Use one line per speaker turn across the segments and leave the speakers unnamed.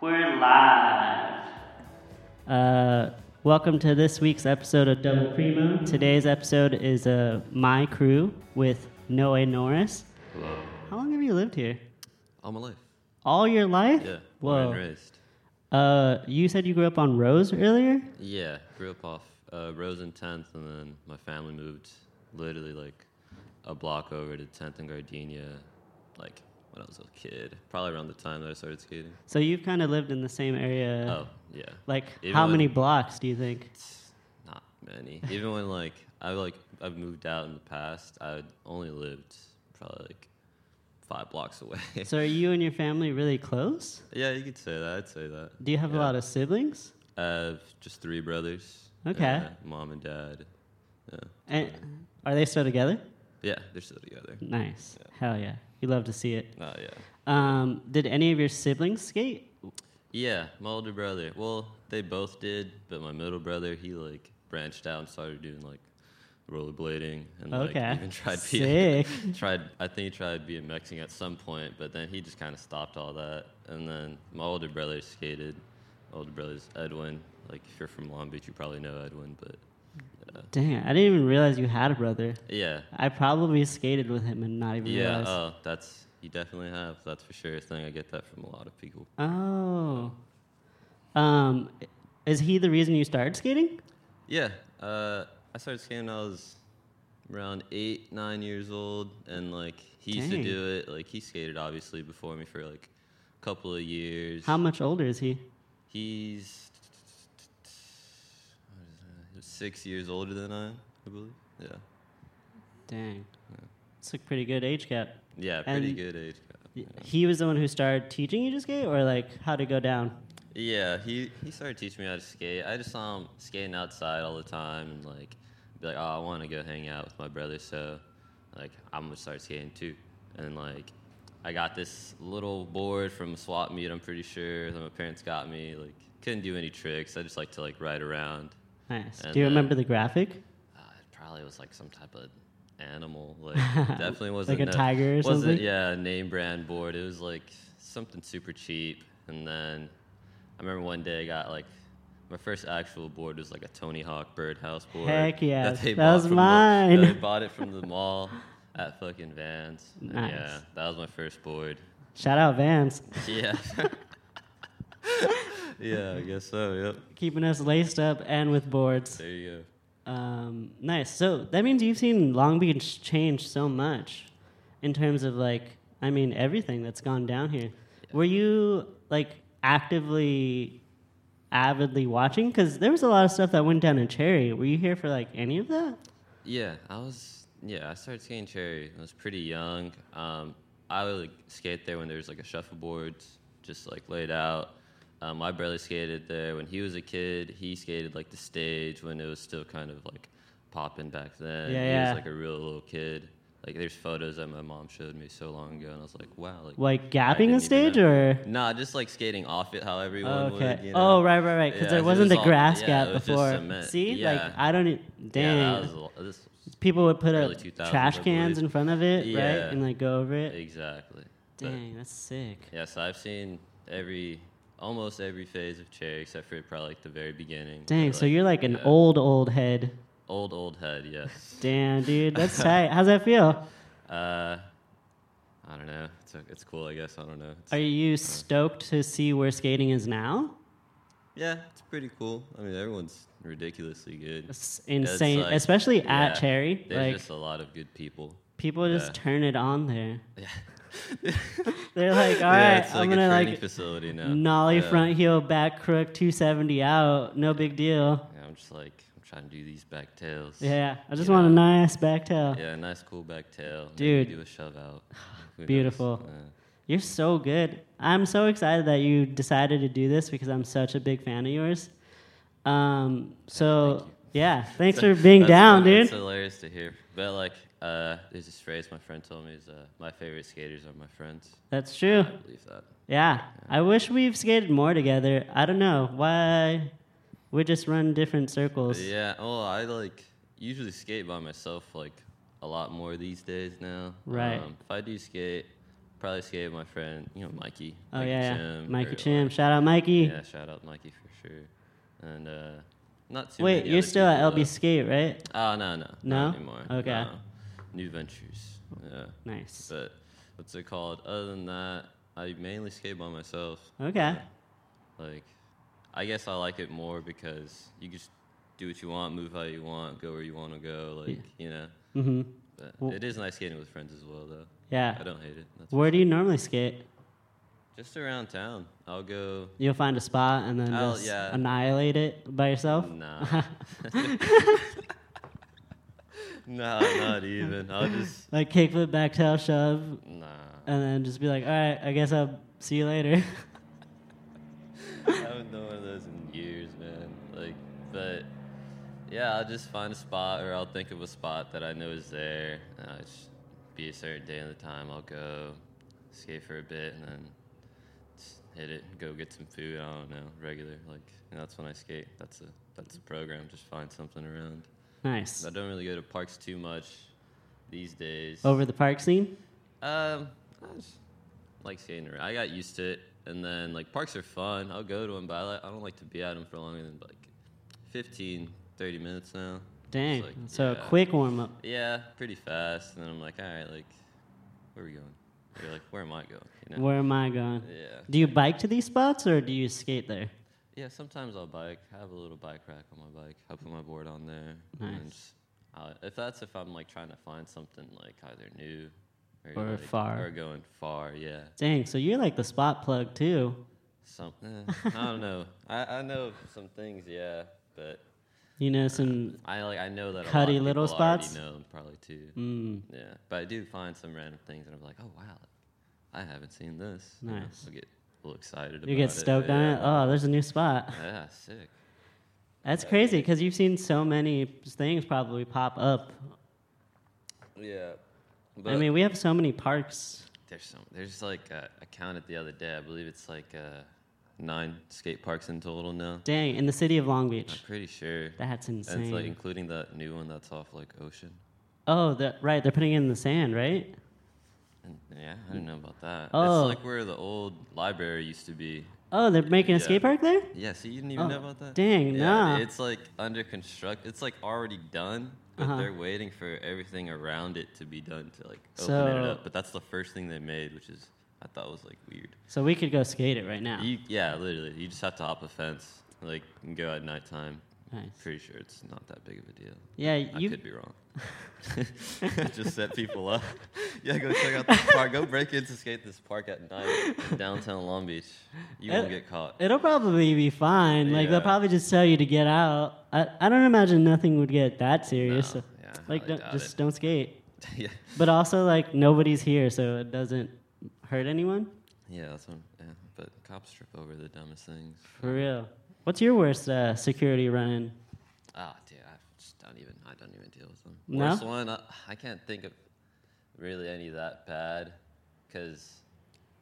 We're live.
Uh, welcome to this week's episode of Double Primo. Today's episode is uh, My Crew with Noe Norris.
Hello.
How long have you lived here?
All my life.
All your life?
Yeah. Born and
Whoa.
raised.
Uh, you said you grew up on Rose earlier?
Yeah. Grew up off uh, Rose and 10th, and then my family moved literally like a block over to 10th and Gardenia, like when I was a kid. Probably around the time that I started skating.
So you've kind of lived in the same area.
Oh, yeah.
Like,
Even
how
when-
many blocks do you think?
Not many. Even when like I like I've moved out in the past, I only lived probably like five blocks away.
So are you and your family really close?
yeah, you could say that. I'd say that.
Do you have a
Yeah.
lot of siblings?
I have just three brothers.
Okay.
uh, mom and dad. Yeah.
And are they still together?
Yeah, they're still together.
Nice. Hell yeah. We love to see it.
Oh yeah.
Um, did any of your siblings skate?
Yeah, my older brother. Well, they both did, but my middle brother, he like branched out and started doing like rollerblading and like
Okay.
even tried
Sick.
being tried I think he tried BMXing at some point, but then he just kinda stopped all that. And then my older brother skated. My older brother's Edwin. Like if you're from Long Beach you probably know Edwin, but
Dang, I didn't even realize you had a brother.
yeah.
I probably skated with him and not even
Yeah,
realized.
oh, that's you definitely have. That's for sure a thing. I get that from a lot of people.
oh. Um, is he the reason you started skating?
Yeah, uh, I started skating when I was around eight, nine years old, and like he used
Dang.
to do it. Like he skated obviously before me for like a couple of years.
How much older is he?
He's what is that? He's six years older than I, am, I believe. Yeah,
Dang. It's a pretty good age gap.
yeah, pretty
And-
good age. gap.
Y- He was the one who started teaching you to skate or like how to go down?
Yeah, he, he started teaching me how to skate. I just saw him skating outside all the time and like be like, oh, I want to go hang out with my brother, so like I'm gonna start skating too. And like I got this little board from a swap meet, I'm pretty sure that my parents got me. Like couldn't do any tricks. I just like to like ride around.
Nice.
And
Do you
then-
remember the graphic?
Uh, it probably was like some type of animal. Like definitely wasn't
a tiger or
wasn't,
something?
Yeah, a name brand board. It was like something super cheap. And then I remember one day I got like my first actual board was like a Tony Hawk birdhouse board.
Heck yeah,
they
that
bought
was
from the- that
mine.
they bought it from the mall at fucking Vans. And
Nice.
Yeah, that was my first board.
Shout out Vance.
Yeah. yeah, I guess so. Yep.
Keeping us laced up and with boards.
There you go.
Um, nice. So that means you've seen Long Beach change so much in terms of like, I mean, everything that's gone down here. Were you like actively, avidly watching? Because there was a lot of stuff that went down in Cherry. Were you here for like any of that?
Yeah, I was. Yeah, I started skating cherry. I was pretty young. Um, I would like, skate there when there was like a shuffleboard, just like laid out. Um, my brother skated there when he was a kid. He skated like the stage when it was still kind of like popping back then.
Yeah,
he
yeah.
was like a real little kid. Like there's photos that my mom showed me so long ago, and I was like, wow. Like,
Like
I
gapping
didn't
the
even
stage
know.
or?
Nah, just like skating off it, how everyone
Okay.
would. You know?
Oh, right, right, right. Because
Yeah,
there
it
wasn't
was
the
all-
grass
yeah,
gap
it was just
before.
cement.
See,
Yeah.
like I don't. e-
Yeah,
Dang.
that was a lo- this was-
People would put
early
up
2000s,
trash
I
cans
believe.
in front of it,
Yeah.
right, and like go over it.
exactly. But-
Dang, that's sick.
Yes, I've seen every, almost every phase of Cherry except for probably like the very beginning.
Dang,
But,
so you're like an
yeah.
old, old head.
old, old head. Yes.
Damn, dude, that's tight. How's that feel?
uh, I don't know. It's it's cool, I guess. I don't know. It's,
Are you stoked to see where skating is now?
yeah, it's pretty cool. I mean, everyone's ridiculously good.
It's insane,
like-
especially at
yeah,
Cherry.
There's
Like
just a lot of good people.
people just
yeah.
turn it on there.
Yeah.
They're like, all
yeah,
right,
it's like
I'm
a
gonna
training
like
facility now.
nollie
Yeah.
front heel, back crook, 270 out, no big deal.
Yeah, I'm just like I'm trying to do these back tails.
Yeah, I just
You
want a
know.
nice back tail.
Yeah, nice cool back tail. Maybe
Dude.
do a shove out. Who knows?
Beautiful.
Yeah.
You're so good. I'm so excited that you decided to do this because I'm such a big fan of yours. Um, so yeah, thanks for being
That's-
down,
that's
dude.
hilarious to hear. But like, uh, there's this phrase my friend told me is, uh, "My favorite skaters are my friends."
That's true.
I believe that.
Yeah, I wish we've skated more together. I don't know why. We just run different circles.
But yeah. Oh, I like usually skate by myself like a lot more these days now.
Right.
if I do skate, probably skate with my friend, you know, Mikey.
Oh
Mikey
yeah, yeah.
Chim, or,
Mikey
like-
Chim. Shout out Mikey.
yeah, shout out Mikey for sure. And uh, not too.
Wait,
many
you're
other
still at
people,
LB Skate, right?
though. Oh no, no,
No?
not anymore.
Okay.
no. New ventures. Yeah,
Nice.
but what's it called? Other than that, I mainly skate by myself.
Okay.
Like, I guess I like it more because you just do what you want, move how you want, go where you want to go. Like, you know.
Mm-hmm.
But
Well-
it is nice skating with friends as well, though. I
Yeah.
don't hate it. That's
Where do you normally skate?
just around town. I'll go.
You'll find a spot and then
Oh,
just
yeah. Mm.
annihilate it by yourself.
Nah. nah, not even. I'll just.
Like kickflip, back tail shove, and
Nah.
then just be like, all right, I guess I'll see you later.
I haven't done one of those in years, man. Like, but yeah, I'll just find a spot, or I'll think of a spot that I know is there. And I'll just be a certain day and the time. I'll go skate for a bit, and then just hit it. Go get some food. I don't know, regular. Like, and that's when I skate. That's a that's a program. Just find something around.
nice.
I don't really go to parks too much these days.
Over the park scene?
Um, I just like skating around. I got used to it, and then like parks are fun. I'll go to them, but I, li- I don't like to be at them for longer than like 15, 30 minutes now.
Dang.
like,
so
yeah.
a quick warm up.
Yeah, pretty fast. And then I'm like, all right, like, where are we going? You're like, where am I going? You know?
Where am I going?
Yeah.
Do you bike to these spots or do you skate there?
Yeah, sometimes I'll bike. I have a little bike rack on my bike. I'll put my board on there. And then
Nice.
just, uh, if that's if I'm like trying to find something like either new
Or
like,
far.
Or going far, yeah.
Dang, so you're like the spot plug too.
Something. eh, I don't know. I, I know some things, yeah, but
You know some
I like I know that a lot
Cutty
of
little
people already
spots?
know them probably too.
mm,
Yeah, but I do find some random things, and I'm like, oh wow, I haven't seen this. You know,
Nice.
I get a little excited.
you
about
get stoked on it. Oh, there's a new spot.
yeah. Yeah, sick.
That's crazy because you've seen so many things probably pop up.
Yeah.
I mean, we have so many parks.
There's some. There's like uh, I counted the other day. I believe it's like uh, nine skate parks in total now.
Dang, in the city of Long
I'm
Beach.
pretty sure.
That's
And it's like
insane.
including that new one that's off like Ocean.
Oh, the, right, they're putting it in the sand, right?
And, yeah, I didn't know about that.
Oh.
It's like where the old library used to be.
Oh, they're making a
Yeah.
skate park there?
Yeah, so you didn't even
Oh,
know about that?
dang,
yeah,
nah.
It's like under construct. It's like already done, but
Uh-huh.
they're waiting for everything around it to be done to like open it
So-
up. But that's the first thing they made, which is I thought was like weird.
So we could go skate it right now.
You, yeah, literally, you just have to hop a fence, like and go at nighttime.
Nice.
Pretty sure it's not that big of a deal.
Yeah,
I
you
could be wrong. Just set people up. Yeah, go check out this park. Go break into skate this park at night in downtown Long Beach. You won't
It-
get caught.
It'll probably be fine. Like they'll
Yeah.
probably just tell you to get out. I, I don't imagine nothing would get that serious.
No, yeah, I
like
highly
don't,
doubt
just
it.
don't skate.
yeah,
But also like nobody's here, so it doesn't hurt anyone.
yeah, that's one. Yeah, but cops trip over the dumbest things.
For real. What's your worst uh, security run-in?
Oh, dude, I just don't even. I don't even deal with them.
No?
Worst one. I, I can't think of really any that bad, because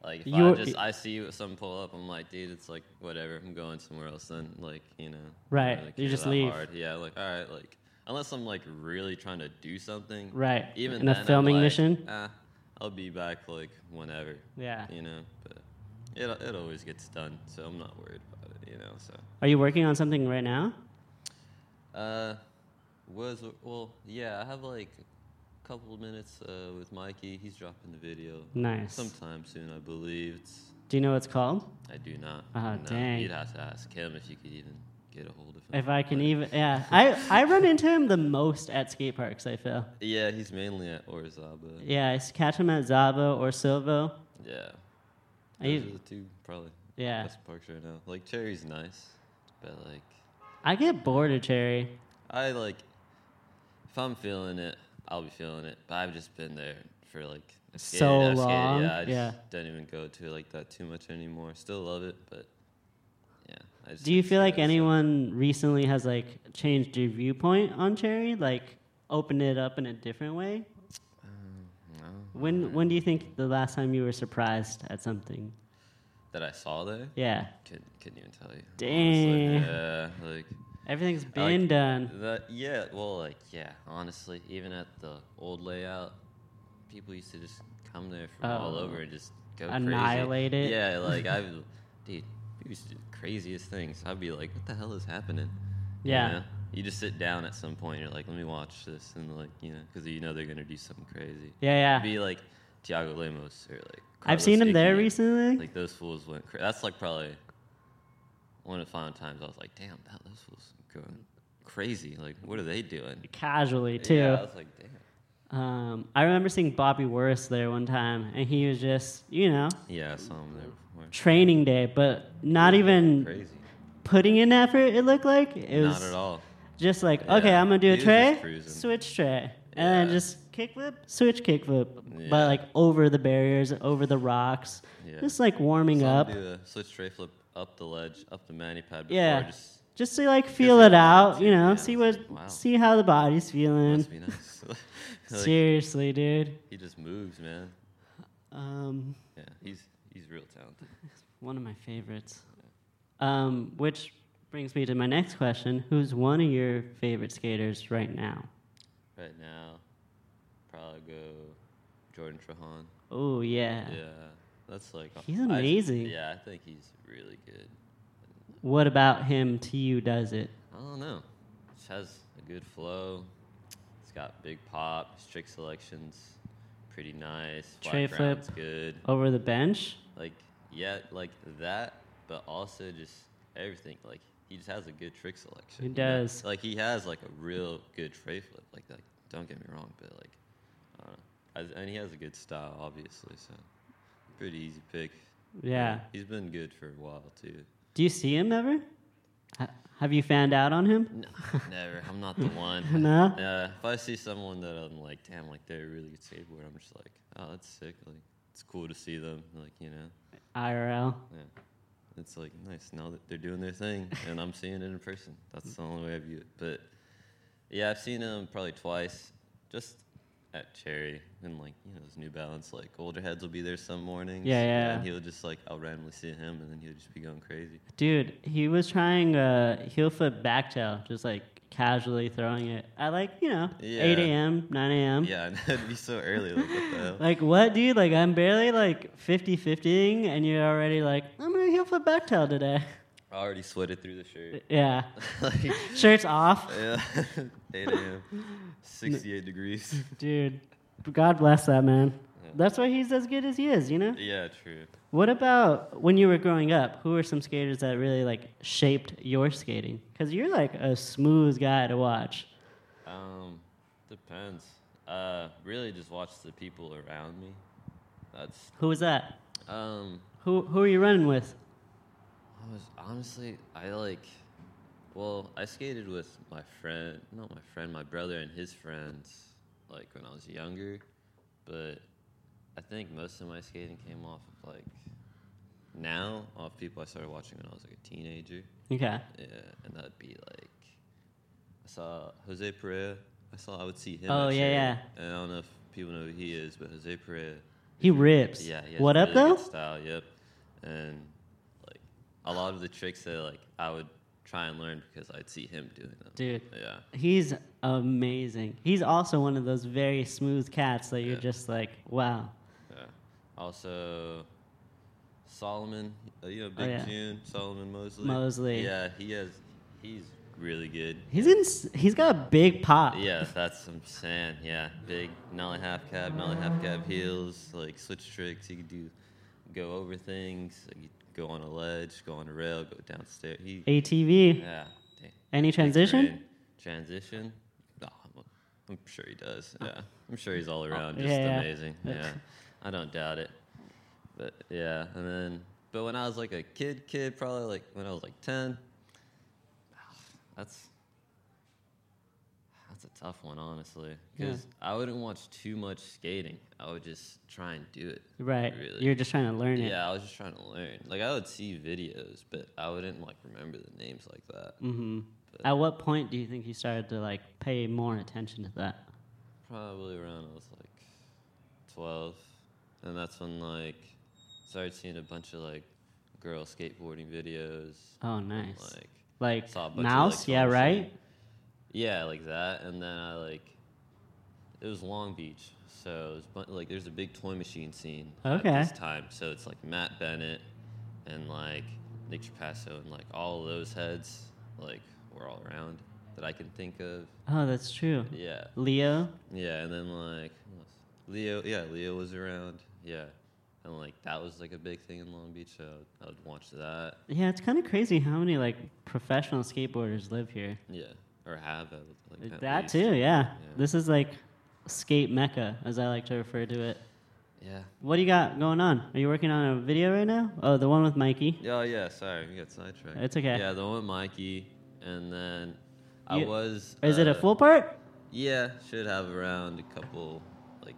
like if
You're-
I just I see some pull up, I'm like, dude, it's like whatever. I'm going somewhere else. Then like you know, I don't
Right, you
care
just
that
leave.
Yeah, like all right, like unless I'm like really trying to do something.
Right.
Even
in
then,
a
I'm
filming
like,
mission.
"Ah, I'll be back like whenever.
Yeah.
You know, but it it always gets done, so I'm not worried about it. You know, so.
Are you working on something right now?
Uh, was well, yeah. I have like a couple of minutes uh, with Mikey. He's dropping the video
Nice.
sometime soon, I believe. It's,
Do you know what it's called?
I do not.
Ah,
know.
dang.
You'd have to ask him if you could even get a hold of him.
If I can
but-
even, yeah, I, I run into him the most at skate parks. I feel.
Yeah, he's mainly at Orizaba.
Yeah,
Yeah,
I s- catch him at Zabo or Silvo. I
those
u-
are the two probably
Yeah.
best parks right now. Like Cherry's nice, but like
I get bored of Cherry.
I like if I'm feeling it, I'll be feeling it. But I've just been there for like a skate-
So
a skate-
long,
Yeah, I just
yeah.
don't even go to it like that too much anymore. Still love it, but yeah. I just
Do you
to
feel
see
like
that, so-
anyone recently has like changed your viewpoint on Cherry, like opened it up in a different way?
No.
When when do you think the last time you were surprised at something?
that I saw there?
Yeah,
Could couldn't even tell you. honestly.
Damn.
Yeah, like
everything's
I like-
been done.
the uh, yeah, well like yeah, honestly, even at the old layout, people used to just come there from all
Oh.
over and just go
Annihilate it?
crazy. Yeah, like I, dude, people used to do the craziest things. I'd be like, what the hell is happening? You
Yeah.
know? You just sit down at some point. You're like, let me watch this, and like, you know, because you know they're gonna do something crazy.
Yeah, yeah.
Be like Tiago Lemos or like.
I've
Carlos
seen him there
Icky.
recently.
Like those fools went. Cra- that's like probably one of the final times I was like, damn, that those fools going crazy. Like, what are they doing?
casually too.
Yeah, I was like, damn.
Um, I remember seeing Bobby Worris there one time, and he was just, you know,
Yeah, I saw him there before.
training day, but not even
Crazy.
putting in effort. It looked like Mm. it was
Not at all.
just like,
Yeah,
okay, I'm gonna do
he
a
was just
tray,
cruising.
switch tray, and then
Yeah.
just kickflip, switch kickflip,
Yeah.
but like over the barriers, over the rocks,
Yeah.
just like warming
Saw him
up,
Do the switch tray flip up the ledge, up the mani pad. Before,
Yeah.
Just
just to like feel
he
it
wanted
out,
to,
you know,
yeah.
see what,
Wow.
see how the body's feeling.
must be nice. Like,
Seriously, dude.
he just moves, man.
Um,
Yeah, he's he's real talented.
One of my favorites. Um, which brings me to my next question Who's one of your favorite skaters right now?
Right now, probably go Jordan Trahan.
Oh, yeah.
Yeah, that's like
He's
I-
amazing.
yeah, I think he's really good.
What about him to you does it?
I don't know. Just has a good flow. It's got big pop. His trick selections pretty nice. Flat
Tray
ground's good.
Over the bench?
Like yeah, like that, but also just everything. Like he just has a good trick selection.
He
you know?
does.
Like he has like a real good tray flip. Like like don't get me wrong, but like I don't know. I, and he has a good style, obviously. So pretty easy pick.
Yeah.
He's been good for a while too.
Do you see him ever? Ha- have you found out on him?
No, never. I'm not the one.
No?
Uh, if I see someone that I'm like, damn, like they're a really good skateboarder, I'm just like, oh, that's sick. Like, it's cool to see them. Like, you know,
IRL.
yeah. It's like nice. Now that they're doing their thing, and I'm seeing it in person. That's the only way I view it. But yeah, I've seen them probably twice, just at Cherry, and like you know, those New Balance. Like older heads will be there some mornings.
Yeah, yeah.
And he'll just like I'll randomly see him, and then he'll just be going crazy.
Dude, he was trying a heel flip back tail, just like casually throwing it at like, you know,
Yeah.
8 a.m., 9 a.m.
Yeah, and it'd be so early. Like what the hell?
Like what, dude? Like I'm barely like 50-50ing, and you're already like, I'm gonna heel flip back tail today.
I already sweated through the shirt.
yeah,
like,
shirts off,
yeah, 8 a.m., 68 degrees.
dude. God bless that man.
Yeah.
That's why he's as good as he is, you know.
Yeah, true.
What about when you were growing up? Who were some skaters that really like shaped your skating? Because you're like a smooth guy to watch.
Um, depends. Uh, really just watch the people around me. That's,
Who was that?
um,
Who who are you running with?
I was honestly, I like, well, I skated with my friend, not my friend, my brother and his friends, like when I was younger, but I think most of my skating came off of like, now, off people I started watching when I was like a teenager.
Okay,
Yeah, and that'd be like I saw Jose Perea. I saw I would see him.
Oh,
at
yeah,
Cherry,
yeah.
And I don't know if people know who he is, but Jose Perea.
he rips.
Yeah, he has
What up
really
though?
good Style, yep. And like a lot of the tricks that like I would try and learn because I'd see him doing them.
Dude,
Yeah.
He's amazing. He's also one of those very smooth cats that you're
Yeah.
just like, wow.
Yeah. Also, Solomon, uh, you know, Big
Oh, yeah.
June, Solomon Mosley.
Mosley.
Yeah, he has. He's really good.
He's in. s- He's got big pop.
Yeah, that's what I'm saying. Yeah, big nollie half cab, nollie half cab heels, like switch tricks. You could do go over things, like you go on a ledge, go on a rail, go downstairs. He,
ATV.
yeah. damn.
Any transition?
Terrain. Transition? No, I'm, I'm sure he does. Yeah, I'm sure he's all around
Oh, yeah,
just
yeah.
amazing. Yeah, I don't doubt it. But yeah, and then but when I was like a kid, kid probably like when I was like ten. That's that's a tough one, honestly,
Yeah.
because I wouldn't watch too much skating. I would just try and do it.
Right.
Really.
You're just trying to learn it.
Yeah, I was just trying to learn. Like I would see videos, but I wouldn't like remember the names like that.
hmm
But-
At what point do you think you started to like pay more attention to that?
Probably around I was like twelve, and that's when like started seeing a bunch of like girl skateboarding videos.
Oh, nice.
Like
Like,
saw a bunch of,
mouse?
like,
yeah.
Thompson.
Right.
yeah, like that, and then I like it was Long Beach, so it was, bu- like there's a big toy machine scene
Okay.
at this time. So it's like Matt Bennett and like Nick Trapasso and like all those heads like were all around that I can think of.
Oh, that's true.
Yeah,
Leo.
yeah, and then like who else? Leo, yeah, Leo was around. Yeah, and like that was like a big thing in Long Beach, so I would watch that.
Yeah, it's kind of crazy how many like professional skateboarders live here.
Yeah, or have at, like at
that
least.
too, yeah.
Yeah.
This is like skate mecca, as I like to refer to it.
Yeah.
What do you got going on? Are you working on a video right now? Oh, the one with Mikey.
Yeah, Oh yeah, sorry, we got sidetracked.
It's okay.
Yeah, the one with Mikey, and then I
You-
was.
Is it a
uh,
full part?
Yeah, should have around a couple, like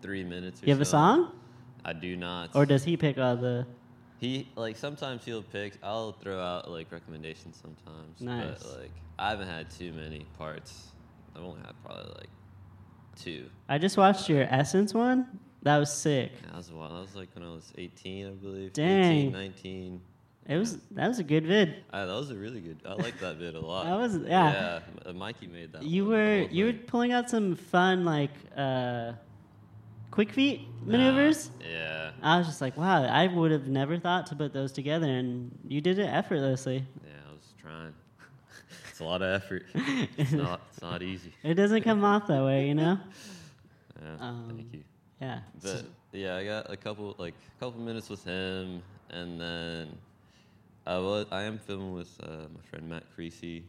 three minutes. Or
You have a
so.
song,
I do not.
or does he pick all the?
he like sometimes he'll pick. I'll throw out like recommendations sometimes.
Nice.
But like I haven't had too many parts. I've only had probably like two.
I just watched your Essence one. That was sick.
Yeah, That was a while. That was like when I was 18, I believe.
Dang.
18, 19.
It was that was a good vid.
Ah, that was a really good. I like that bit a lot.
That was- yeah.
Yeah, M- Mikey made that.
You
one, the
were
whole
you were
thing.
pulling out some fun like uh, quick feet maneuvers.
Nah, yeah.
I was just like, wow, I would have never thought to put those together, and you did it effortlessly.
Yeah, I was trying. it's a lot of effort. It's not. It's not easy.
It doesn't come off that way, you know?
Yeah,
Um,
thank you.
Yeah.
But yeah, I got a couple like couple minutes with him, and then I was I am filming with uh, my friend Matt Creasy,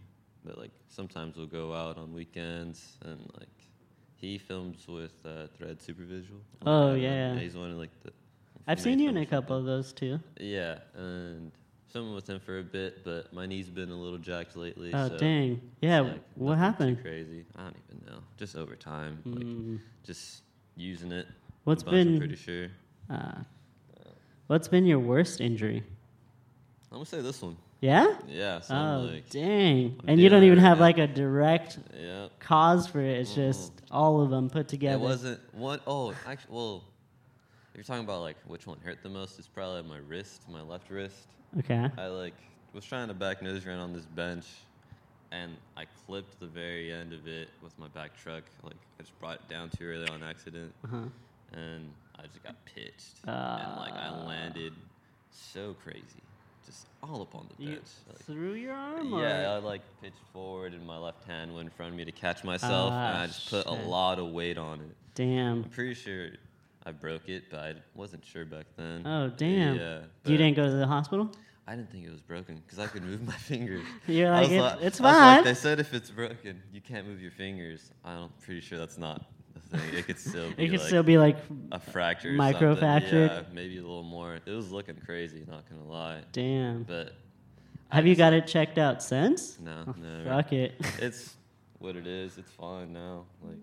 but like sometimes we'll go out on weekends and like he films with uh, Thread Supervisual.
Oh,
Uh,
yeah.
he's one of like the.
I've
he
seen
made
you in a
films with
couple of those too.
Yeah, and filming with him for a bit, but my knee's been a little jacked lately.
Oh,
so
dang.
it's,
Yeah,
like,
what
nothing too
happened?
Crazy. I don't even know. Just over time, like
Mm,
just using it.
What's
a bunch, I'm
been-
pretty sure.
uh, what's been your worst injury?
I'm gonna say this one.
Yeah?
Yeah. So
Oh,
I'm like,
dang.
I'm
And you don't
dealing
even
with it
have
now.
like a direct
yeah.
cause for it.
Mm-hmm.
It's just all of them put together.
It wasn't one oh actually, well, if you're talking about like which one hurt the most, it's probably my wrist, my left wrist.
Okay.
I like was trying to back nose around on this bench, and I clipped the very end of it with my back truck. Like I just brought it down too early on accident,
Uh-huh.
and I just got pitched, and like I
Ah.
landed so crazy, just all up on the
You
bench. like-
threw your arm?
Yeah, I
or-
like pitched forward and my left hand went in front of me to catch myself, and
Ah,
I just put a
shit.
lot of weight on it. I'm
Damn.
pretty sure I broke it, but I wasn't sure back then.
Oh, damn.
Yeah.
You
but
didn't go to the hospital?
I didn't think it was broken because I could move my fingers.
You're
I
like,
was
"It's- it's
I was like,
fine."
they said if it's broken, you can't move your fingers. I'm pretty sure that's not the thing. It could still be
It could
like
still be like,
a fracture, or
micro
something.
fractured.
Yeah, maybe a little more. It was looking crazy, not gonna lie.
damn.
But
Have you got it checked out since?
no,
Oh,
no.
Fuck it.
it's what it is. It's fine now. Like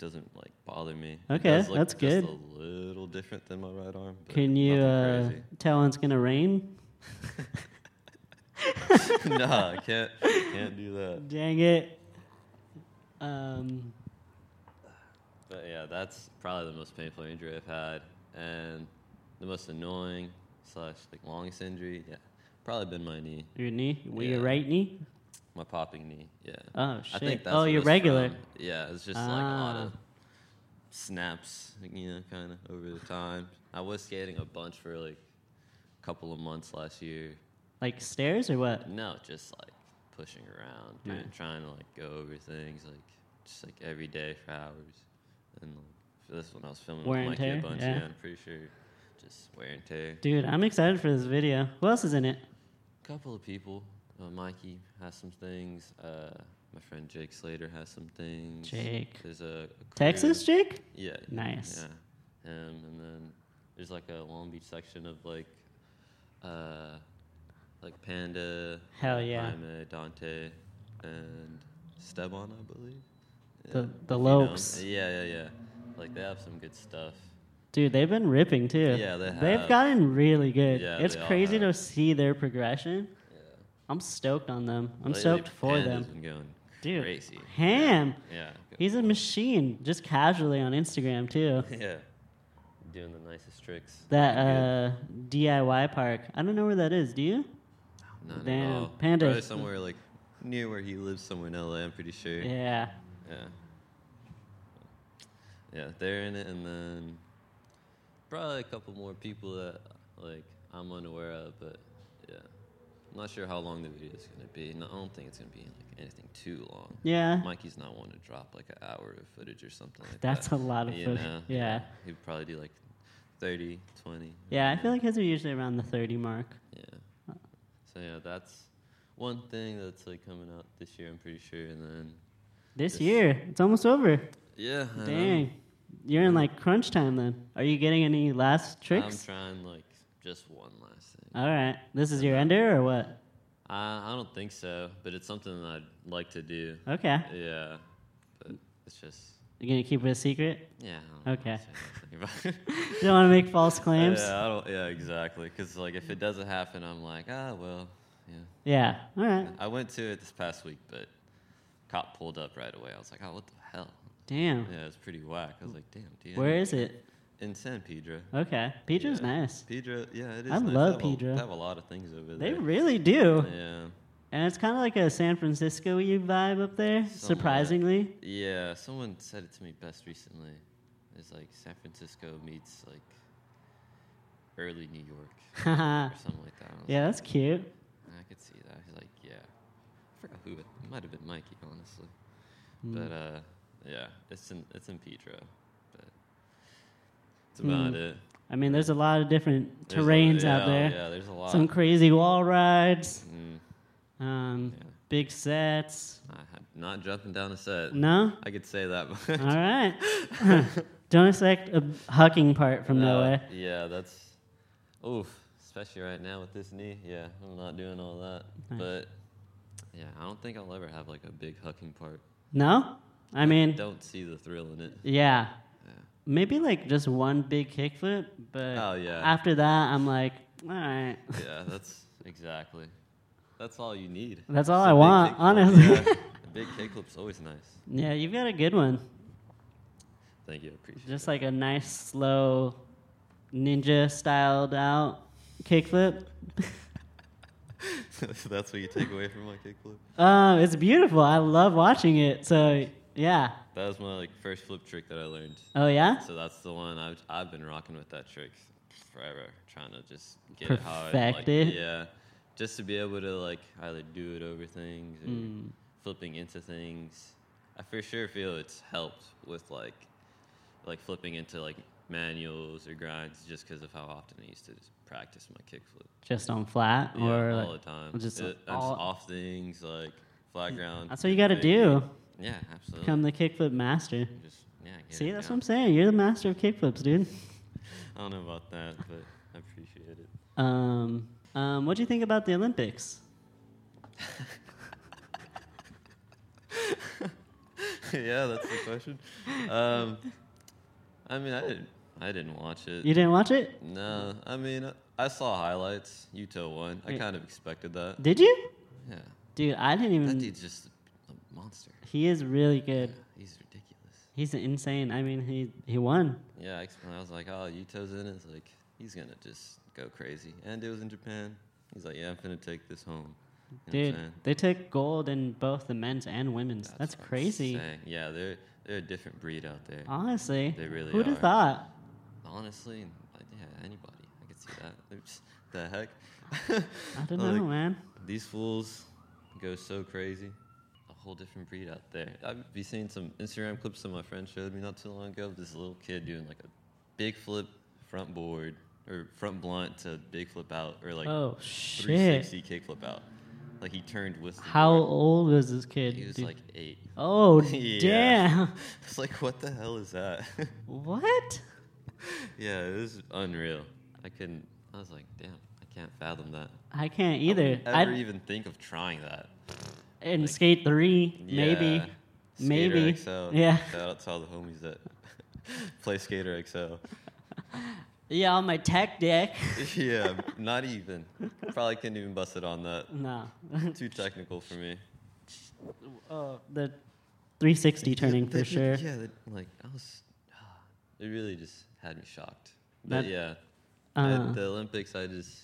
doesn't like bother me. It
Okay,
does look
that's
just
good.
A little different than my right arm. but
Can you uh,
nothing
tell when it's gonna rain?
crazy. nah, I can't. Can't do that.
Dang it. Um,
But yeah, that's probably the most painful injury I've had, and the most annoying slash like longest injury. Yeah, probably been my knee,
your knee, well, your
Yeah.
right knee.
my popping knee. Yeah.
Oh
I
shit.
think that's
oh,
what
your
it's
regular.
from. Yeah, it's just like a lot
Ah.
of snaps, you know, kind of over the time. I was skating a bunch for like a couple of months last year.
Like stairs or what?
No, just like pushing around,
Yeah.
and trying to like go over things, like just like every day for hours. And like, for this one, I was filming
Wear and
with Mikey
tear,
a bunch.
yeah.
I'm pretty sure just wear and tear.
Dude, I'm excited for this video. Who else is in it?
A couple of people. Uh, Mikey has some things. Uh, my friend Jake Slater has some things.
Jake.
There's a, a crew.
Texas Jake?
Yeah.
Nice.
Yeah. Um, and then there's like a Long Beach section of like, uh, like Panda.
Hell yeah.
Jaime, Dante, and Steban, I believe.
The-
Yeah,
the
if you know
Lopes.
'em. Yeah, yeah, yeah. Like they have some good stuff.
Dude, they've been ripping too.
Yeah, they
They've
have.
gotten really good.
Yeah,
it's
they all
crazy to
have.
see their progression.
Yeah.
I'm stoked on them. I'm
Lately,
stoked for
Panda's
them.
Been going
Dude,
crazy. Yeah,
Ham.
Yeah.
He's a machine, just casually on Instagram too.
yeah. Doing the nicest tricks.
That
Looking good.
uh, DIY park. I don't know where that is. Do you?
Not
Damn,
at all.
Panda-
Probably somewhere like near where he lives, somewhere in LA. I'm pretty sure.
Yeah.
Yeah. yeah, they're in it, and then probably a couple more people that like I'm unaware of, but yeah, I'm not sure how long the video is gonna be. No, I don't think it's gonna be like anything too long.
Yeah.
Mikey's not wanting to drop like an hour of footage or something like
That's
that.
a lot of
you
footage.
know?
Yeah.
He'd probably do like 30, 20.
Yeah, I feel like his are usually around the 30 mark.
Yeah. So yeah, that's one thing that's like coming out this year. I'm pretty sure, and then
This
Yes.
year, it's almost over.
yeah, I know.
Dang. You're in like crunch time then. Are you getting any last
I'm
tricks?
trying like just one last thing.
All right. This is your ender or what?
I, I don't think so, but it's something that I'd like to do.
Okay.
Yeah, but it's just
You're going to keep it a secret?
yeah. I don't know
Okay.
what to say about it.
You don't want to make false claims?
Yeah, I don't, yeah, exactly. Because like if it doesn't happen, I'm like, ah, well, yeah.
Yeah. All right.
I went to it this past week, but cop pulled up right away. I was like, oh, what the hell?
Damn.
Yeah, it's pretty whack. I was like, damn, dude.
Where is it?
In San Pedro.
Okay. Pedro's
Yeah.
nice.
Pedro, yeah, it is.
I
nice.
love
they have A,
Pedro.
they have a lot of things over
They
there.
really do.
yeah.
And it's kind of like a San Francisco y vibe up there, surprisingly.
Yeah, someone said it to me best recently. It's like San Francisco meets like early New York
yeah,
or something like that. I was
that's cute.
like, I could see that. He's like, yeah. I forgot who it, it might have been Mikey, honestly.
Hmm.
But uh, yeah, it's in it's in Pedro, but it's about
Hmm.
it.
I mean, there's a lot of different
There's a-
terrains out
yeah, oh,
there.
Yeah, there's a lot.
Some crazy wall rides,
Mm,
um,
yeah,
big sets.
I have not jumping down a set.
No?
I could say that.
All right. Don't expect a hucking part from
Uh,
nowhere.
Yeah, that's oof, especially right now with this knee. Yeah, I'm not doing all that.
Nice.
But yeah, I don't think I'll ever have like a big hucking part.
No? I mean,
don't see the thrill in it.
yeah.
Yeah.
Maybe like just one big kickflip, but
Oh, yeah.
after that, I'm like, all right.
Yeah, that's exactly. That's all you need.
That's
Just
all
a
I
big
want,
kickflip,
honestly.
yeah. a big kickflip's always nice.
Yeah, you've got a good one.
Thank you, I appreciate
Just
it.
like a nice, slow, ninja styled out kickflip.
that's what you take away from my kickflip.
Um, it's beautiful. I love watching it. So, yeah.
That was my like first flip trick that I learned.
Oh, yeah?
So that's the one I've, I've been rocking with that trick forever, trying to just get it how I like.
Perfect it.
Yeah, just to be able to like either do it over things or
Mm.
flipping into things. I for sure feel it's helped with like like flipping into like manuals or grinds just because of how often I used to just practice my kickflip
Just on flat
yeah, oh,
or.
all
like-
the time.
just
It- I'm
all- Mm,
just off things like flat ground.
that's what you got to
50.
do.
Yeah, absolutely.
Become the kickflip master.
just, yeah, get
See,
it
that's what
down.
I'm saying. You're the master of kickflips, dude.
I don't know about that, but I appreciate it.
Um, um, what do you think about the Olympics?
yeah, that's the question. Um, I mean, I didn't, I didn't watch it.
You didn't watch it?
no, I mean, I saw highlights. Utah won. I
Yeah.
kind of expected that.
Did you?
Yeah,
Dude, I didn't
that
even.
dude's just a monster.
He is really
Yeah,
good.
he's ridiculous.
He's insane. I mean, he he won.
Yeah, I, ex- I was like, oh, Utah's in it. It's like he's gonna just go crazy. And it was in Japan. He's like, yeah, I'm gonna take this home. You know what I'm
Dude,
saying?
they took gold in both the men's and women's. That's,
what I'm
crazy. Uh
saying. Yeah, they're they're a different breed out there.
Honestly,
They really
who'd have
are.
thought?
Honestly, I- yeah, anybody. I could see that. Oops, the heck?
I don't
Like,
know, man.
These fools go so crazy. A whole different breed out there. I've be seeing some Instagram clips that my friend showed me not too long ago of this little kid doing like a big flip front board or front blunt to big flip out or like
oh shit!
360 kick flip out. Like he turned with the
How
board.
old was this kid?
He was
dude?
like eight.
oh
Yeah.
damn!
It's like what the hell is that?
What?
yeah, it was unreal. I couldn't. I was like, damn, I can't fathom that.
I can't either.
I ever
I'd
even think of trying that.
in skate three, maybe.
Yeah.
Maybe.
Skater XL.
Yeah.
Shout out to all the homies that play Skater XL.
Yeah, on my tech deck.
yeah, not even. Probably couldn't even bust it on that.
no.
Too technical for me.
oh, the 360 turning for
They-
sure.
Yeah, they- like I was. ah, It really just had me shocked. But
That-
yeah,
Uh,
at the Olympics, I just.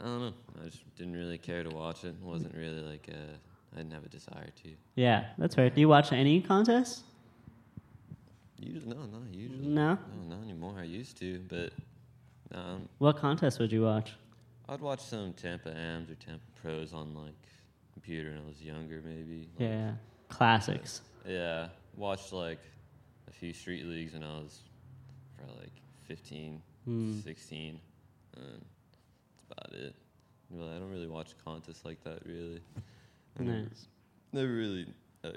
I don't know. I just didn't really care to watch it. wasn't really like I I didn't have a desire to.
yeah, that's right. Do you watch any contests?
Usually, no, not usually.
No?
No, not anymore. I used to, but um,
What contest would you watch?
I'd watch some Tampa Ams or Tampa Pros on like computer when I was younger, maybe. Like,
Yeah, classics.
Yeah, watched like a few street leagues when I was probably like 15,
Hmm.
16. And that's about it. Well, I don't really watch contests like that, really. I never-
Nice.
Never really, like,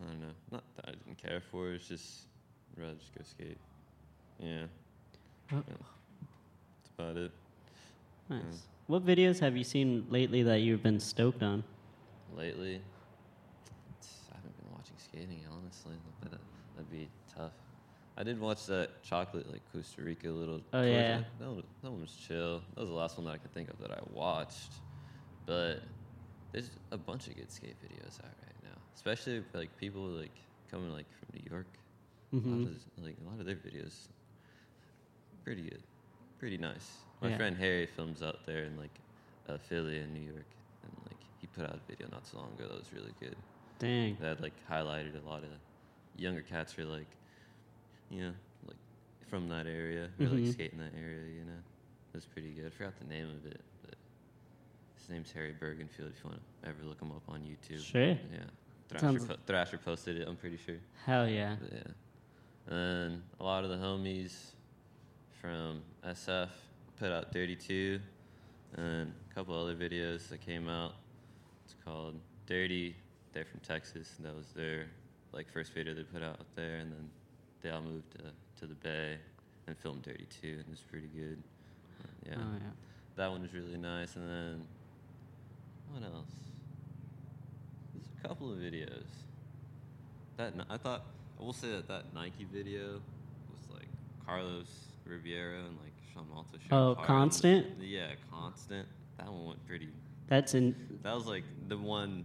I don't know. Not that I didn't care for it, it's just I'd rather just go skate. Yeah.
Oh.
Yeah. That's about it.
Nice. What videos have you seen lately that you've been stoked on?
Lately, it's- I haven't been watching skating, honestly. That, that'd be tough. I did watch that chocolate, like Costa Rica little.
Oh,
tour
yeah.
thing. That one, that one was chill. That was the last one that I could think of that I watched. But there's a bunch of good skate videos out right now, especially like people like coming like from New York. A lot
hmm
of, like a lot of their videos, pretty good, pretty nice. My
Yeah.
friend Harry films out there in like uh, Philly in New York, and like he put out a video not so long ago that was really good.
Dang.
That like highlighted a lot of younger cats who are like, you know, like from that area, who are,
Mhm.
like skating that area. You know, it was pretty good. I forgot the name of it, but his name's Harry Bergenfield. If you want to ever look him up on YouTube,
Sure.
yeah. Thrasher,
Sounds-
po- Thrasher posted it. I'm pretty sure.
Hell yeah.
But yeah. And a lot of the homies from SF put out 32 and a couple other videos that came out. It's called Dirty. They're from Texas. And that was their like first video they put out out there. And then they all moved to, to the Bay and filmed Dirty 2. And it was pretty good. Uh, yeah.
Oh yeah.
That one was really nice. And then, what else? There's a couple of videos. That Ni- I thought I will say that that Nike video was like Carlos Riviera and like Sean Malta. showed
Oh,
cars.
Constant?
Yeah, constant. That one went pretty.
That's in.
That was like the one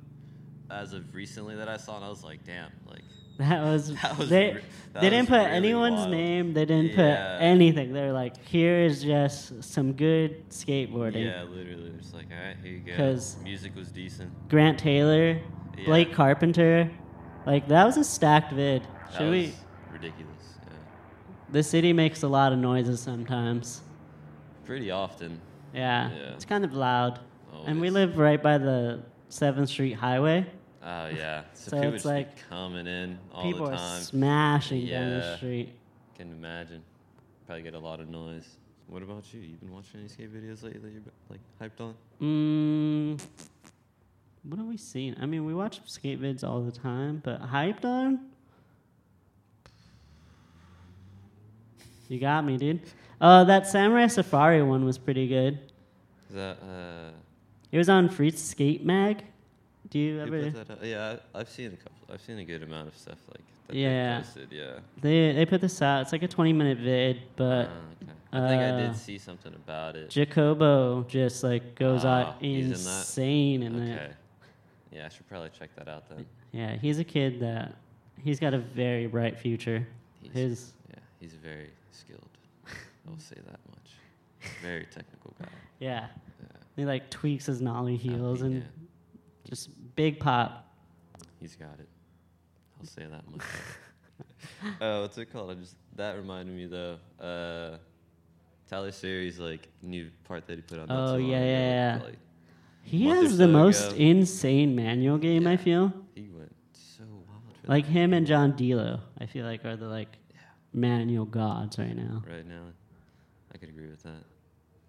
as of recently that I saw, and I was like, damn, like
That was.
That was
they
re- that
they didn't
was
put
really
anyone's
wild.
name. They didn't
Yeah.
put anything. They're like, here is just some good skateboarding.
yeah, literally, it's like, all right, here you go.
'Cause-
music was decent.
Grant Taylor,
Yeah.
Blake Carpenter, like that was a stacked vid.
That
Should we?
was ridiculous. Yeah,
The city makes a lot of noises sometimes.
pretty often.
Yeah,
Yeah.
it's kind of loud, and we
Always.
live right by the Seventh Street Highway.
Oh yeah, so,
So
people
it's
just be
like
coming in all
People
the
are
time.
smashing down the
Yeah.
street.
Can imagine. Probably get a lot of noise. What about you? You've been watching any skate videos lately? You're like hyped on?
Mm, what have we seen? I mean, we watch skate vids all the time, but hyped on. You got me, dude. Uh, that Samurai Safari one was pretty good.
Is that uh?
It was on Free Skate Mag. Do you
who
ever?
put that out? Yeah, I, I've seen a couple. I've seen a good amount of stuff like that. they
Yeah.
Posted. Yeah.
They they put this out. It's like a 20 minute vid, but
Ah, okay. I think I
uh,
did see something about it.
Jacobo just like goes
Ah,
out
he's in that?
insane in
okay.
it.
Yeah, I should probably check that out then.
Yeah, he's a kid that he's got a very bright future.
He's-
His
Yeah, he's very skilled. I will say that much. Very technical guy.
yeah,
Yeah.
he like tweaks his nollie heels
Uh,
and
yeah.
just big pop.
He's got it. I'll say that much. Oh, what's it called? I just that reminded me though. Uh, Tyler Series like new part that he put on. not
Oh,
so long
yeah,
ago,
yeah, yeah.
probably-
He
Month or
has the
so
most
ago.
insane manual game. I
Yeah.
feel
He went so wild. For
like
that.
him and John Dilo. I feel like are the like
Yeah.
manual gods right now.
right now, I could agree with that.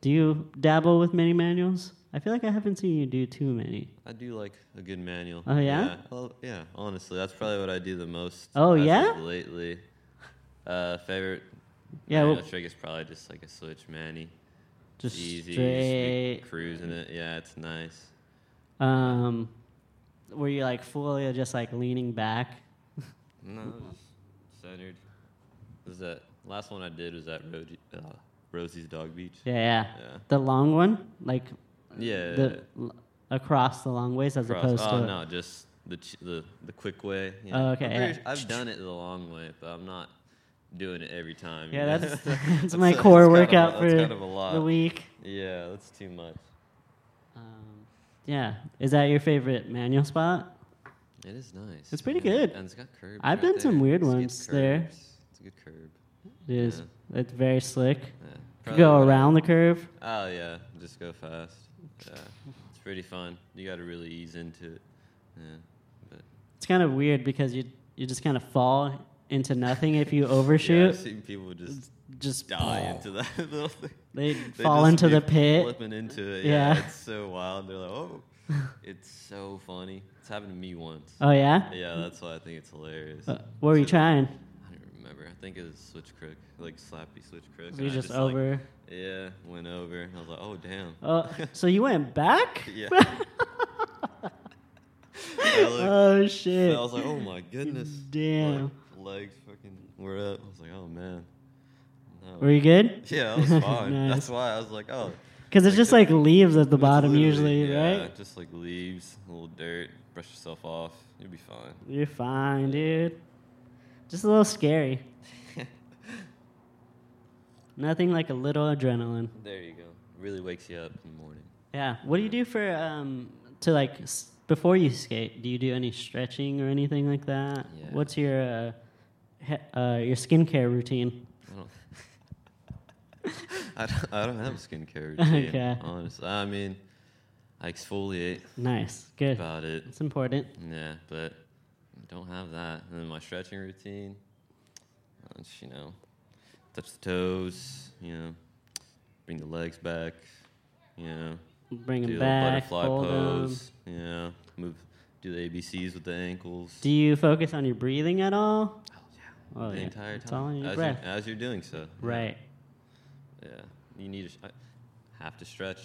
Do you dabble with many manuals? I feel like I haven't seen you do too many.
I do like a good manual.
Oh, yeah?
Yeah. Well, yeah. Honestly, that's probably what I do the most.
Oh,
as of
yeah?
Lately, uh, favorite.
Yeah,
manual
well,
trick is probably just like a switch manny.
just
Easy, you just be
straight.
cruising it. Yeah, it's nice.
Um, were you like fully just like leaning back?
No, it was centered. Was that last one I did was at Roji, uh, Rosie's Dog Beach?
Yeah, yeah.
Yeah.
The long one, like
Yeah.
the l- across the long ways as
cross-
opposed
Uh, oh
to
no, just the ch- the the quick way. you
Oh,
know.
okay,
I'm
yeah.
pretty sure- I've done it the long way, but I'm not doing it every time. you
yeah.
know?
That's that's my
a-
core
kind of a-
workout
that's
for
kind of a lot.
the week.
Yeah, that's too much.
Um, yeah, is that your favorite manual spot?
It is nice.
It's pretty
yeah.
good.
And it's got curbs.
I've
right
done some
there.
weird
It's got
ones there.
curbs. It's good curb.
It is. It's very slick.
Yeah.
You
Probably
go
would've-
around the curve.
Oh yeah, just go fast. Yeah, it's pretty fun. You got to really ease into it. Yeah, but
It's kind of weird because you you just kind of fall into nothing if you
yeah,
overshoot.
I've seen people just
just
die into that little thing.
They,
They
fall
just
into
be
the pit.
Flipping into it. Yeah,
Yeah.
it's so wild. They're like, oh, it's so funny. It's happened to me once.
Oh yeah.
Yeah, that's why I think it's hilarious.
Uh, what were you
So-
trying?
I don't remember. I think it was switch crook, like slappy switch crook.
So
and
you
I
just
like,
over.
yeah, went over. And I was like, oh damn.
Oh, so you went back?
Yeah. I looked,
oh shit.
I was like, oh my goodness.
Damn.
Like, legs fucking were up. I was like, oh man. No.
Were you good?
yeah, I was fine.
Nice.
That's why I was like, oh.
Because it's
Like
just
the-
like leaves at the
It's
bottom
literally-
usually,
yeah,
right?
Just like leaves, a little dirt, brush yourself off. You'll be fine.
You're fine, dude. Just a little scary. Nothing like a little adrenaline.
There you go. Really wakes you up in the morning.
Yeah. What do you do for um to like s- before you skate? Do you do any stretching or anything like that?
Yeah.
What's your uh, he- uh your skincare routine?
I don't, I don't, I don't have a skincare routine.
Okay.
Honestly, I mean, I exfoliate.
Nice. Good.
About it.
It's important.
Yeah, but I don't have that. And then my stretching routine, uh, just, you know, touch the toes, you know, bring the legs back, you know,
Bring them
do the
back.
butterfly
Fold 'em.
pose, you know, move, do the ABCs with the ankles.
Do you focus on your breathing at all?
oh, yeah.
Oh,
the
yeah.
entire time.
It's all in your
as,
breath.
You, as you're doing so. yeah.
Right.
Yeah. You need to, sh- I have to stretch.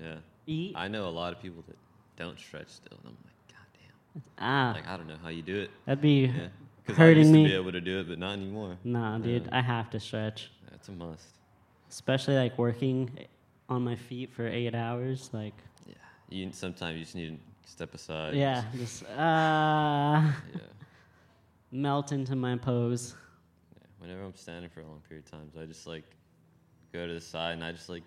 Yeah.
Eat.
I know a lot of people that don't stretch still, and I'm like, God damn.
ah,
Like, I don't know how you do it.
that'd be
Yeah, because I
hurting
used
me.
to be able to do it, but not anymore.
Nah, dude,
Yeah.
I have to stretch,
That's a must.
especially like working on my feet for eight hours. Like,
Yeah, you sometimes you just need to step aside.
yeah, just uh,
Just- yeah.
melt into my pose.
yeah. Whenever I'm standing for a long period of times, I just like go to the side and I just like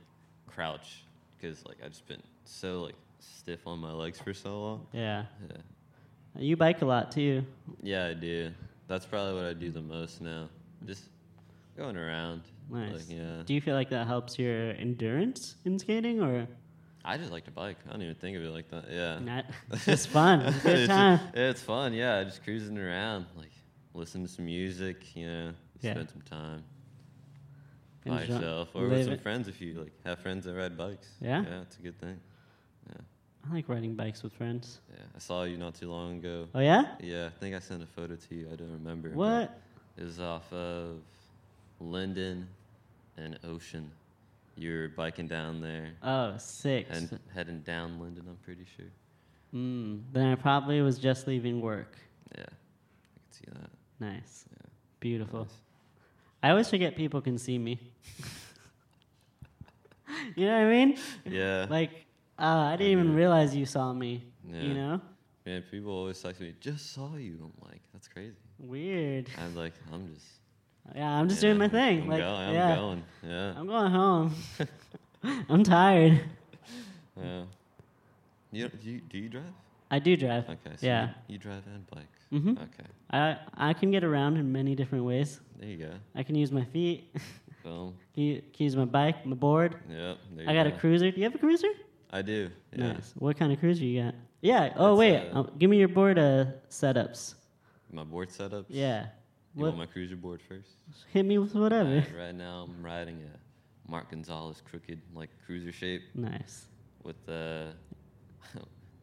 crouch because like I've just been so like stiff on my legs for so long.
Yeah,
Yeah.
you bike a lot too.
Yeah, I do. That's probably what I do the most now. Just going around.
Nice.
Like, yeah.
Do you feel like that helps your endurance in skating, or
I just like to bike. I don't even think of it like that. Yeah.
not? It's fun. It's a good
It's-
time.
it's fun, yeah. Just cruising around, like listen to some music, you know,
Yeah.
spend some time by
Enjoy-
yourself or
live
with some
it.
friends if you like have friends that ride bikes.
Yeah?
yeah, it's a good thing. Yeah,
I like riding bikes with friends.
yeah. I saw you not too long ago.
Oh yeah?
Yeah, I think I sent a photo to you. I don't remember. but
What?
It was off of Linden and Ocean. You were biking down there
Oh, six.
and heading down Linden. I'm pretty sure.
Mm, then I probably was just leaving work.
Yeah, I could see that.
Nice.
Yeah.
Beautiful.
Nice.
I always forget people can see me. you know what I mean?
Yeah.
Like, uh, I didn't even realize you saw me.
Yeah.
You know?
Man, people always talk to me, just saw you. I'm like, that's crazy.
Weird.
I'm like, I'm just.
Yeah, I'm just
yeah,
doing my thing.
I'm
like,
going. I'm
yeah, Um,
going. Yeah.
I'm going home. I'm tired.
yeah. You, do you do you drive?
I do drive.
Okay. So
yeah,
You, you drive and bike.
Mhm.
Okay.
I I can get around in many different ways.
There you go.
I can use my feet.
Boom.
can, u- can use my bike, my board.
Yep. There you
I got a
go.
cruiser. Do you have a cruiser?
I do. Yeah.
Nice. What kind of cruiser you got? Yeah. Oh
It's,
wait.
uh,
Uh, give me your board uh, setups.
My board setup.
Yeah.
You
What,
want my cruiser board first?
hit me with whatever.
Alright, right now, I'm riding a Mark Gonzalez crooked like cruiser shape
Nice.
with uh,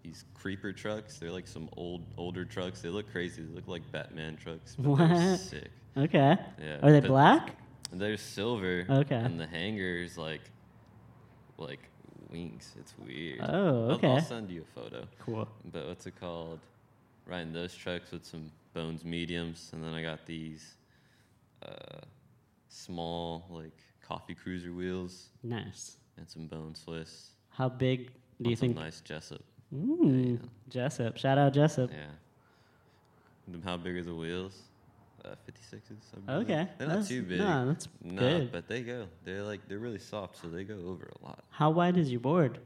these creeper trucks. They're like some old older trucks. They look crazy. They look like Batman trucks. But They're
What?
sick.
Okay.
Yeah,
Are they
but-
black?
They're silver.
Okay.
And the hanger's like, like wings. It's weird.
Oh,
I'll- I'll,
okay.
send you a photo.
Cool.
But what's it called? Riding those trucks with some bones mediums, and then I got these uh, small like coffee cruiser wheels
Nice.
and some bone Swiss.
How big do
on
you
some
think?
Nice Jessup.
Mm, Jessup. Shout out Jessup.
Yeah. Them- How big are the wheels? Uh, 56s. I believe.
Okay.
They're not
that's-
too big.
No, that's
No,
good.
but they go. They're like they're really soft, so they go over a lot.
How wide is your board?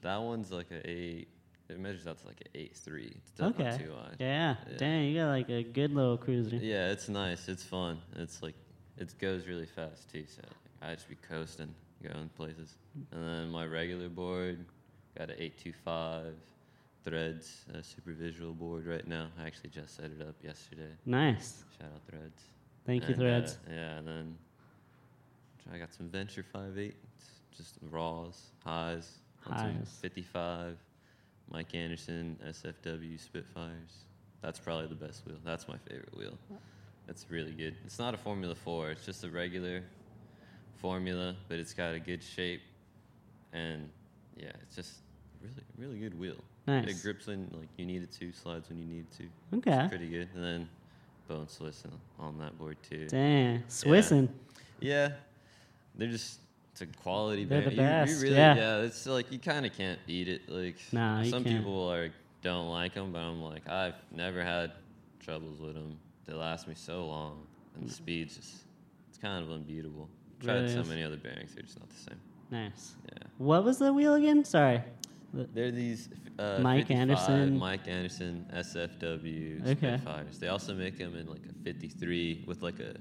That one's like a eight. it measures out to like an eight three. It's still not
Okay.
too wide.
Yeah.
Yeah.
Dang, you got like a good little cruiser.
Yeah, it's nice. It's fun. It's like it goes really fast too. So like, I just be coasting, going places. And then my regular board got an eight two five threads uh, super visual board right now. I actually just set it up yesterday.
Nice.
Shout out threads.
Thank you,
And, uh,
Threads.
yeah, and then I got some Venture Five Eight, just raws, highs, on some
Highs.
55, Mike Anderson, SFW Spitfires. That's probably the best wheel. That's my favorite wheel. That's really good. It's not a Formula 4, it's just a regular formula, but it's got a good shape. And yeah, it's just really, really good wheel.
Nice.
It grips when like you need it to, slides when you need it to.
Okay.
It's pretty good. And then Bone Swiss on- on that board too.
Dang. Swissin.
Yeah, they're just it's a quality.
They're the
band. You- you
best,
really-
yeah.
it's like you kind of can't beat it. Like
Nah, you
some
can't.
people are don't like them, but I'm like I've never had troubles with them. They last me so long, and the speed's just it's kind of unbeatable. Tried
Mm. Really
so
is.
many other bearings, they're just not the same.
Nice.
Yeah,
What was the wheel again? Sorry. The-
they're these uh,
Mike
55
Anderson.
Mike Anderson, SFW
Okay.
Spitfires. They also make them in like a '53 with like a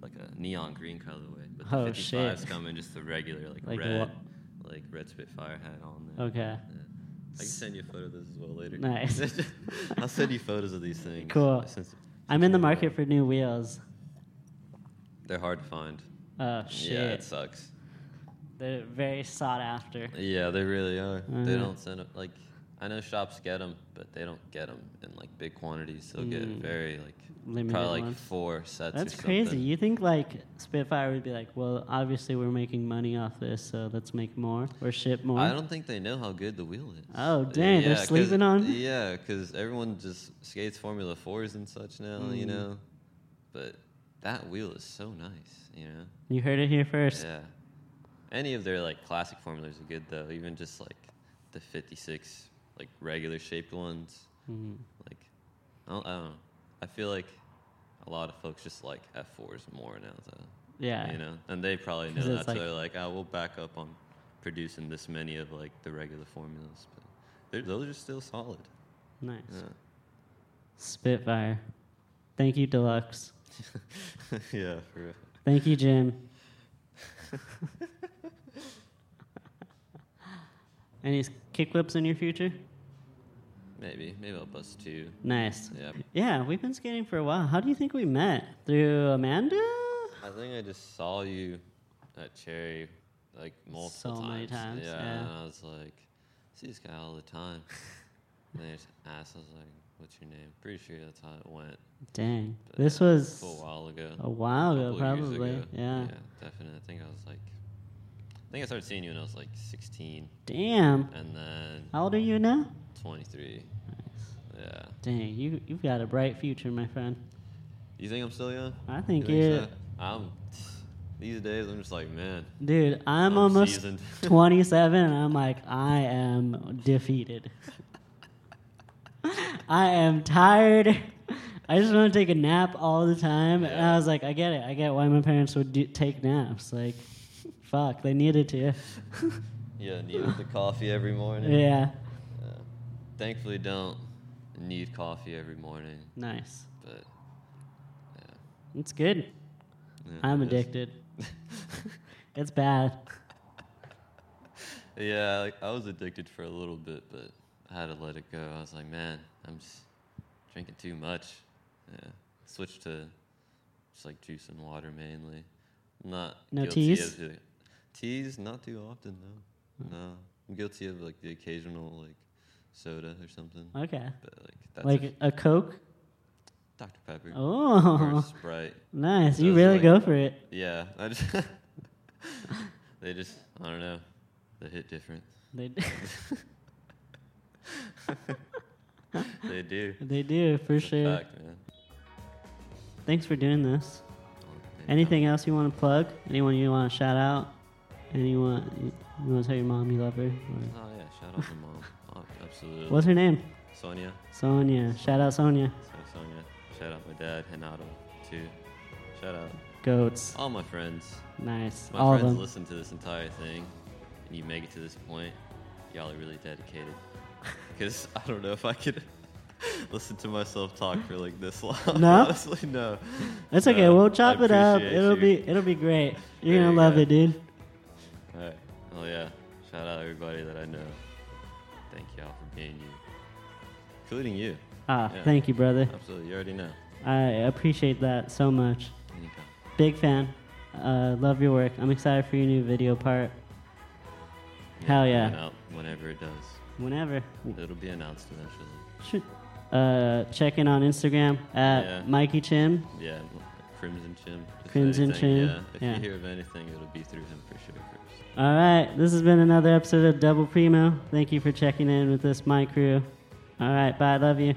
like a neon green colorway. But the
Oh,
55s
shit.
come in just the regular like,
Like
red,
wha-
like red Spitfire hat on there.
Okay.
Yeah. I can send you a photo of this as well later.
Nice.
I'll send you photos of these things.
Cool.
since-
I'm
since
in the
we have
market
them.
for new wheels.
They're hard to find.
Oh
Yeah, it
shit.
sucks.
They're very sought after.
Yeah, they really are. They
Mhm.
don't send them like I know shops get them, but they don't get them in like big quantities. They'll get
Mm.
very like
Limited
probably like
ones.
four sets.
That's
or
crazy.
something.
You think like Spitfire would be like, well, obviously we're making money off this, so let's make more or ship more.
I don't think they know how good the wheel is.
Oh, dang, they're
'cause-
sleeping on-
Yeah, because everyone just skates Formula Fours and such now, you
Mm.
know. But that wheel is so nice, you know.
you heard it here first.
Yeah. Any of their like classic formulas are good though. Even just like the '56 like regular shaped ones.
Mm.
Like, I don't, I don't know. I feel like a lot of folks just like F4s more now, though.
Yeah.
You know? And they probably know
'Cause
that,
it's
so
like-
they're like, oh, we'll back up on producing this many of, like, the regular formulas. But they're, those are still solid.
Nice.
Yeah.
Spitfire. Thank you, Deluxe.
yeah, for real.
Thank you, Jim. Any kick whips in your future?
Maybe. Maybe I'll bust two.
Nice.
Yeah.
Yeah, we've been skating for a while. How do you think we met? Through Amanda?
I think I just saw you at Cherry, like, multiple
So many times,
Yeah,
yeah.
And I was like, I see this guy all the time. and I just asked, I was like, what's your name? Pretty sure that's how it went.
Dang.
But
This
yeah,
was
a while ago.
a while ago,
couple of years
Oh, probably.
ago.
Yeah.
definitely. I think I was like, I think I started seeing you when I was like 16,
Damn.
and then
How old are you now?
23.
Nice.
Yeah.
Dang, you, you've got a bright future, my friend.
You think I'm still young?
I think
you.
it.
so? I'm. These days, I'm just like, man.
Dude, I'm,
I'm
almost
seasoned.
27 and I'm like, I am defeated. I am tired. I just want to take a nap all the time. And I
Yeah.
was like, I get it. I get why my parents would do, take naps. Like, fuck, they needed to.
Yeah, needed the coffee every morning.
yeah.
Yeah. Thankfully, don't need coffee every morning,
Nice.
but. yeah.
It's good.
Yeah,
I'm
it is.
addicted. it's bad.
Yeah, like, I was addicted for a little bit, but I had to let it go. I was like, man, I'm just drinking too much. Yeah, switched to just like juice and water mainly. Not
No
guilty
teas? Hmm.
Of the, teas, not too often though. No, I'm guilty of like the occasional like soda or something,
Okay.
but like that's like
Like a Coke?
Dr Pepper or a
Oh,
Sprite.
nice. You
Those are
really
like-
go for it.
Yeah, I just they just I don't know, they hit different.
They,
They do.
they do, for
It's a
sure.
fact, man.
Thanks for doing this.
Anytime.
Anything else you want to plug? Anyone you want to shout out? Anyone you, want to tell your mom you love her? Or-
Oh yeah, shout out to mom. Oh, absolutely.
What's her name?
Sonia.
Sonia. Shout out Sonia.
So Sonia. Shout out my dad, Hanato, too. Shout out
Goats.
all my friends.
Nice.
My
All of
friends
them.
listen to this entire thing, and you make it to this point. Y'all are really dedicated. because I don't know if I could listen to myself talk for like this long.
No?
honestly, no.
That's okay.
No,
we'll
I
chop it up.
appreciate
It'll
you.
be it'll be great. You're
There
gonna
you
love
go.
it, dude.
All right. Well, yeah. Shout out everybody that I know. Thank y'all for being you, including you.
Ah,
Yeah.
thank you, brother.
Absolutely, you already know.
I appreciate that so much.
Anytime.
Big fan. Uh, love your work. I'm excited for your new video part. Hell yeah.
coming out whenever it does,
Whenever.
it'll be announced eventually.
Shoot. Uh, check in on Instagram at
Yeah.
Mikey Chin.
Yeah, Crimson Chim. if
Crimson
anything,
Chim,
Yeah. If
yeah.
you hear of anything, it'll be through him for sure first.
All right. This has been another episode of Double Primo. Thank you for checking in with this, my crew. All right. Bye. Love you.